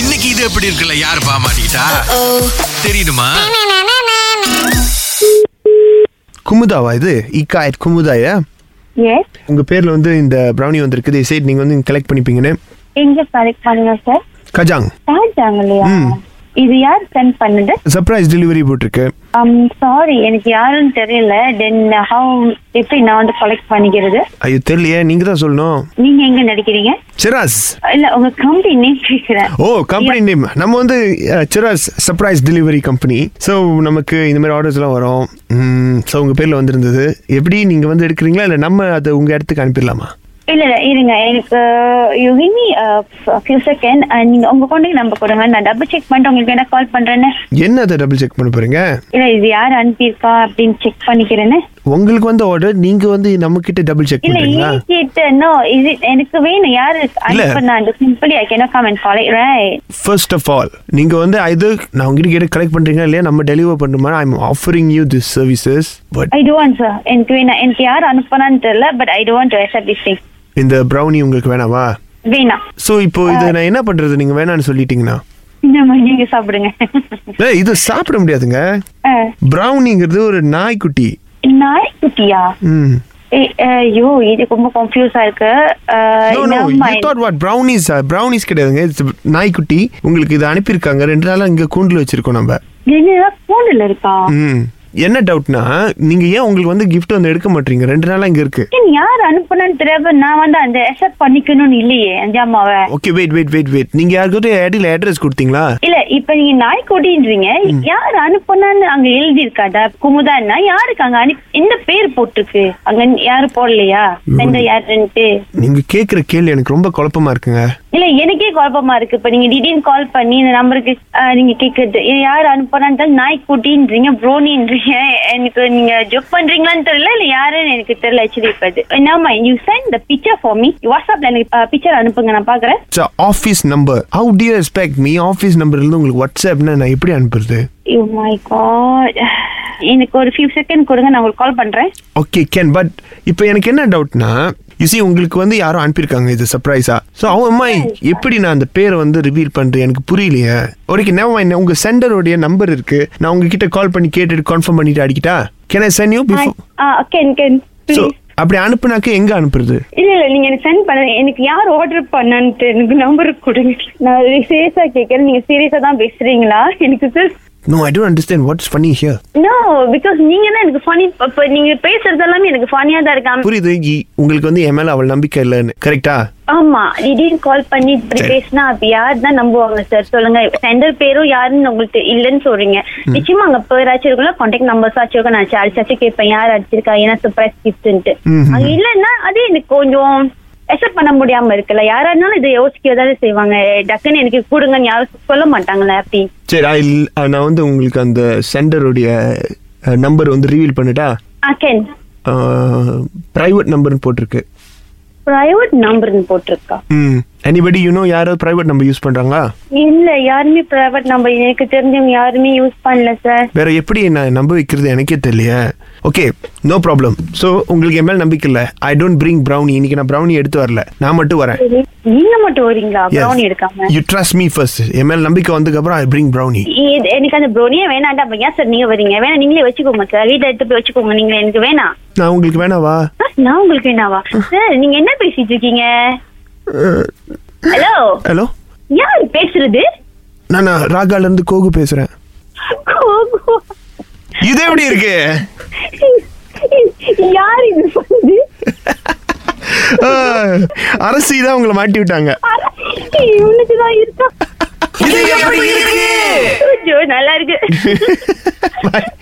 இன்னைக்கு இது எப்படி இருக்குல்ல யாரு பாமாட்டா தெரியுமா குமுதாவா இது இக்காயத் குமுதாயா எஸ் உங்க பேர்ல வந்து இந்த ப்ரௌனி வந்திருக்கு இதை சைட் நீங்க வந்து கலெக்ட் பண்ணிப்பீங்கன்னு எங்க கலெக்ட் பண்ணுங்க சார் கஜாங் சார்ஜாங்க இல்லையா இது யார் சென்ட் பண்ணது சர்ப்ரைஸ் டெலிவரி போட்டிருக்கு சாரி எனக்கு யாருன்னு தெரியல தென் ஹவு எப்படி நான் வந்து கலெக்ட் பண்ணிக்கிறது ஐயோ தெரியலையே நீங்க தான் சொல்லணும் நீங்க எங்க நடிக்கிறீங்க சிராஸ் இல்ல உங்க கம்பெனி நேம் கேக்குறேன் ஓ கம்பெனி நேம் நம்ம வந்து அஹ், சிராஸ் சர்ப்ரைஸ் டெலிவரி கம்பெனி ஸோ நமக்கு இந்த மாதிரி ஆர்டர்ஸ்லாம் வரும் ஸோ உங்க பேர்ல வந்திருந்தது எப்படி நீங்க வந்து எடுக்கிறீங்களா இல்லை நம்ம அதை உங்க இடத்துக்கு அனுப்பிடலாமா இல்ல இல்ல இருங்க எனக்கு you give me uh, few second Uh, நீங்க உங்க கான்டாக்ட் நம்பர் கொடுங்க நான் டபுள் செக் பண்ணிட்டு உங்களுக்கு என்ன கால் பண்றேன்னு என்ன அதை டபுள் செக் பண்ண போறீங்க இல்ல இது யார் அனுப்பியிருக்கா அப்படின்னு செக் பண்ணிக்கிறேன்னு உங்களுக்கு வந்து ஆர்டர் நீங்க வந்து நம்ம கிட்ட டபுள் செக் இல்ல பண்றீங்களா இனிஷியேட் நோ இது எனக்கு வேணும் யாரு இல்ல. அனுப்புனா simply I cannot comment call right first of all நீங்கள் வந்து இது நான் உங்ககிட்ட கேட்டு கலெக்ட் பண்ணுறீங்களா இல்லையா நம்ம டெலிவர் பண்ணுமா I am offering you this services but I don't sir எனக்கு வேணாம் எனக்கு யார் அனுப்புனான்னு தெரியல but I don't accept this thing இந்த ப்ரௌனி உங்களுக்கு வேணாமா வேணாம் ஸோ இப்போ Uh, இதை நான் என்ன பண்ணுறது நீங்கள் வேணான்னு சொல்லிட்டீங்கன்னா நம்ம நீங்க சாப்பிடுங்க ஏய், இதை சாப்பிட முடியாதுங்க அஹ், ப்ரௌனிங்கிறது ஒரு நாய்க்குட்டி நாய்க்குட்டியா ம் ஏய், ஐயோ இது ரொம்ப கன்ஃபியூஸா இருக்கு அஹ், No, no, never you mind. thought what? brownies ah? brownies கிடையாதுங்க It's a நாய்க்குட்டி உங்களுக்கு இது அனுப்பியிருக்காங்க ரெண்டு நாளாக இங்கே கூண்டில் வச்சிருக்கோம் நம்ம என்னடா பூண்டுல இருக்கா ம் என்ன டவுட்னா நீங்கள் ஏன் உங்களுக்கு வந்து gift வந்து எடுக்க மாட்டீங்க ரெண்டு நாளாக இங்கே இருக்கு ஏன் யார் அனுப்புனான்னு தெரியாம நான் வந்து அந்த accept பண்ணிக்கணும்னு இல்லையே அந்த அம்மாவை okay wait wait wait wait நீங்கள் யாருக்கிட்ட ஐடியில் அட்ரஸ் கொடுத்தீங்களா இல்ல இப்ப நீங்க நாய்க்குட்டின்றீங்க யார் அனுப்புனான்னு அங்க எழுதி இருக்காதா குமுதான்னா யாருக்கு அங்க அனுப்பி எந்த பேர் போட்டிருக்கு அங்க யாரும் போடலையா எந்த யாருன்ட்டு நீங்க கேக்குற கேள்வி எனக்கு ரொம்ப குழப்பமா இருக்குங்க இல்ல எனக்கே குழப்பமா இருக்கு இப்ப நீங்க திடீர்னு கால் பண்ணி இந்த நம்பருக்கு நீங்க கேக்குறது ஏ, யார் அனுப்புறான்னு நாய்க்குட்டின்றீங்க ப்ரோனின்றீங்க எனக்கு நீங்க ஜொக் பண்றீங்களான்னு தெரியல இல்ல யாருன்னு எனக்கு தெரியல ஆக்சுவலி இப்ப அது என்னமா you sent the picture for me வாட்ஸ்அப்ல எனக்கு பிக்சர் அனுப்புங்க நான் பாக்குறேன் office number how do you respect me office நம்பர்ல இருந்து உங்களுக்கு வாட்ஸ்அப்னா நான் எப்படி அனுப்புறது யூ மை காட் Oh எனக்கு ஒரு ஃபியூ செகண்ட் கொடுங்க நான் உங்களுக்கு கால் பண்றேன் ஓகே கேன் பட் இப்போ எனக்கு என்ன டவுட்னா யூசி உங்களுக்கு வந்து யாரும் அனுப்பியிருக்காங்க இது சர்ப்ரைஸா ஸோ அவன் அம்மா எப்படி நான் அந்த பேரை வந்து ரிவீல் பண்ணுறேன் எனக்கு புரியலையே ஓகே நான் என்ன உங்கள் சென்டருடைய நம்பர் இருக்கு நான் உங்ககிட்ட கால் பண்ணி கேட்டுட்டு கன்ஃபார்ம் பண்ணிட்டு அடிக்கிட்டா can I send you before can can so அப்படி அனுப்புனாக்க எங்கே அனுப்புறது இல்ல இல்ல நீங்க எனக்கு சென்ட் பண்ண எனக்கு யார் ஆர்டர் பண்ணான்ட்டு எனக்கு நம்பர் கொடுங்க நான் சீரியஸா கேக்குறேன் நீங்க சீரியஸா தான் பேசுறீங்களா எனக்கு sir no I don't understand what's funny here no because நீங்க தான் எனக்கு ஃபனி இப்ப நீங்க பேசுறது எல்லாமே எனக்கு ஃபனியா தான் இருக்காம புரியுது இ- உங்களுக்கு வந்து என் மேலே அவள் நம்பிக்கை இல்லைன்னு கரெக்டா ஆமா திடீர்னு கால் பண்ணி இப்படி சரி. பேசினா அப்ப யார் தான் நம்புவாங்க சார் சொல்லுங்க சென்டர் பேரும் யாருன்னு உங்களுக்கு இல்லைன்னு சொல்றீங்க நிச்சயமா அங்க பேராச்சும் இருக்குல்ல கான்டாக்ட் நம்பர்ஸ் ஆச்சும் இருக்கும் நான் அடிச்சாச்சும் கேட்பேன் யார் அடிச்சிருக்கா ஏன்னா சர்ப்ரைஸ் கிஃப்ட்ன்ட்டு ம்ஹும். அது இல்லைன்னா அது எனக்கு கொஞ்சம் accept பண்ண முடியாம இருக்குல்ல யாரா இருந்தாலும் இதை யோசிக்க தானே செய்வாங்க டக்குன்னு எனக்கு கொடுங்கன்னு யாரும் சொல்ல மாட்டாங்களே அப்படி சரி I will- அஹ் நான் வந்து உங்களுக்கு அந்த சென்டருடைய நம்பர் வந்து ரிவீல் பண்ணிட்டா அகேன் ப்ரைவேட் நம்பர்னு போட்டிருக்கு பிரைவேட் நம்பர்னு போட்டிருக்கா ம் எனிபடி யூனோ யாராவது ப்ரைவேட் நம்பர் யூஸ் பண்ணுறாங்களா இல்ல யாருமே பிரைவேட் நம்பர் எனக்கு தெரிஞ்சவங்க யாருமே யூஸ் பண்ணல சார் வேற எப்படி நான் நம்ப வைக்கிறது எனக்கே தெரியலையே ஓகே நோ ப்ராப்ளம் ஸோ உங்களுக்கு என் மேலே நம்பிக்கை இல்லை ஐ டோன்ட் பிரிங் brownie இன்னைக்கு நான் brownie எடுத்து வரல நான் மட்டும் வரேன் நீங்க மட்டும் வரீங்களா ப்ரௌனி எடுக்காம யூ ட்ரஸ்ட் மீ ஃபர்ஸ்ட் என் மேலே நம்பிக்கை வந்ததுக்கப்புறம் ஐ பிரிங் brownie இது- எனக்கு அந்த ப்ரௌனியே வேணாண்டா அப்ப ஏன் சார் நீங்க வரீங்க வேணா நீங்களே வச்சுக்கோங்க சார் வீட்டை எடுத்து போய் வச்சுக்கோங்க நீங்களே எனக்கு வேணாம் நான் உங்களுக்கு வேணாவா ஆ, நான் உங்களுக்கு வேணாவா சார் நீங்க என்ன பேசிட்டு இருக்கீங்க Uh, ஹலோ ஹலோ யார் பேசுறது நான் நான் ராகாலேருந்து கோகு பேசுகிறேன் கோகு. இது எப்படி இருக்கு யார் இது பண்ணுது ஆஹ், Uh, அரசி தான் உங்களை மாட்டி விட்டாங்க இவனுக்கு தான் இருக்கா இது எப்படி இருக்கு ஐயோ, நல்லா இருக்கு Bye.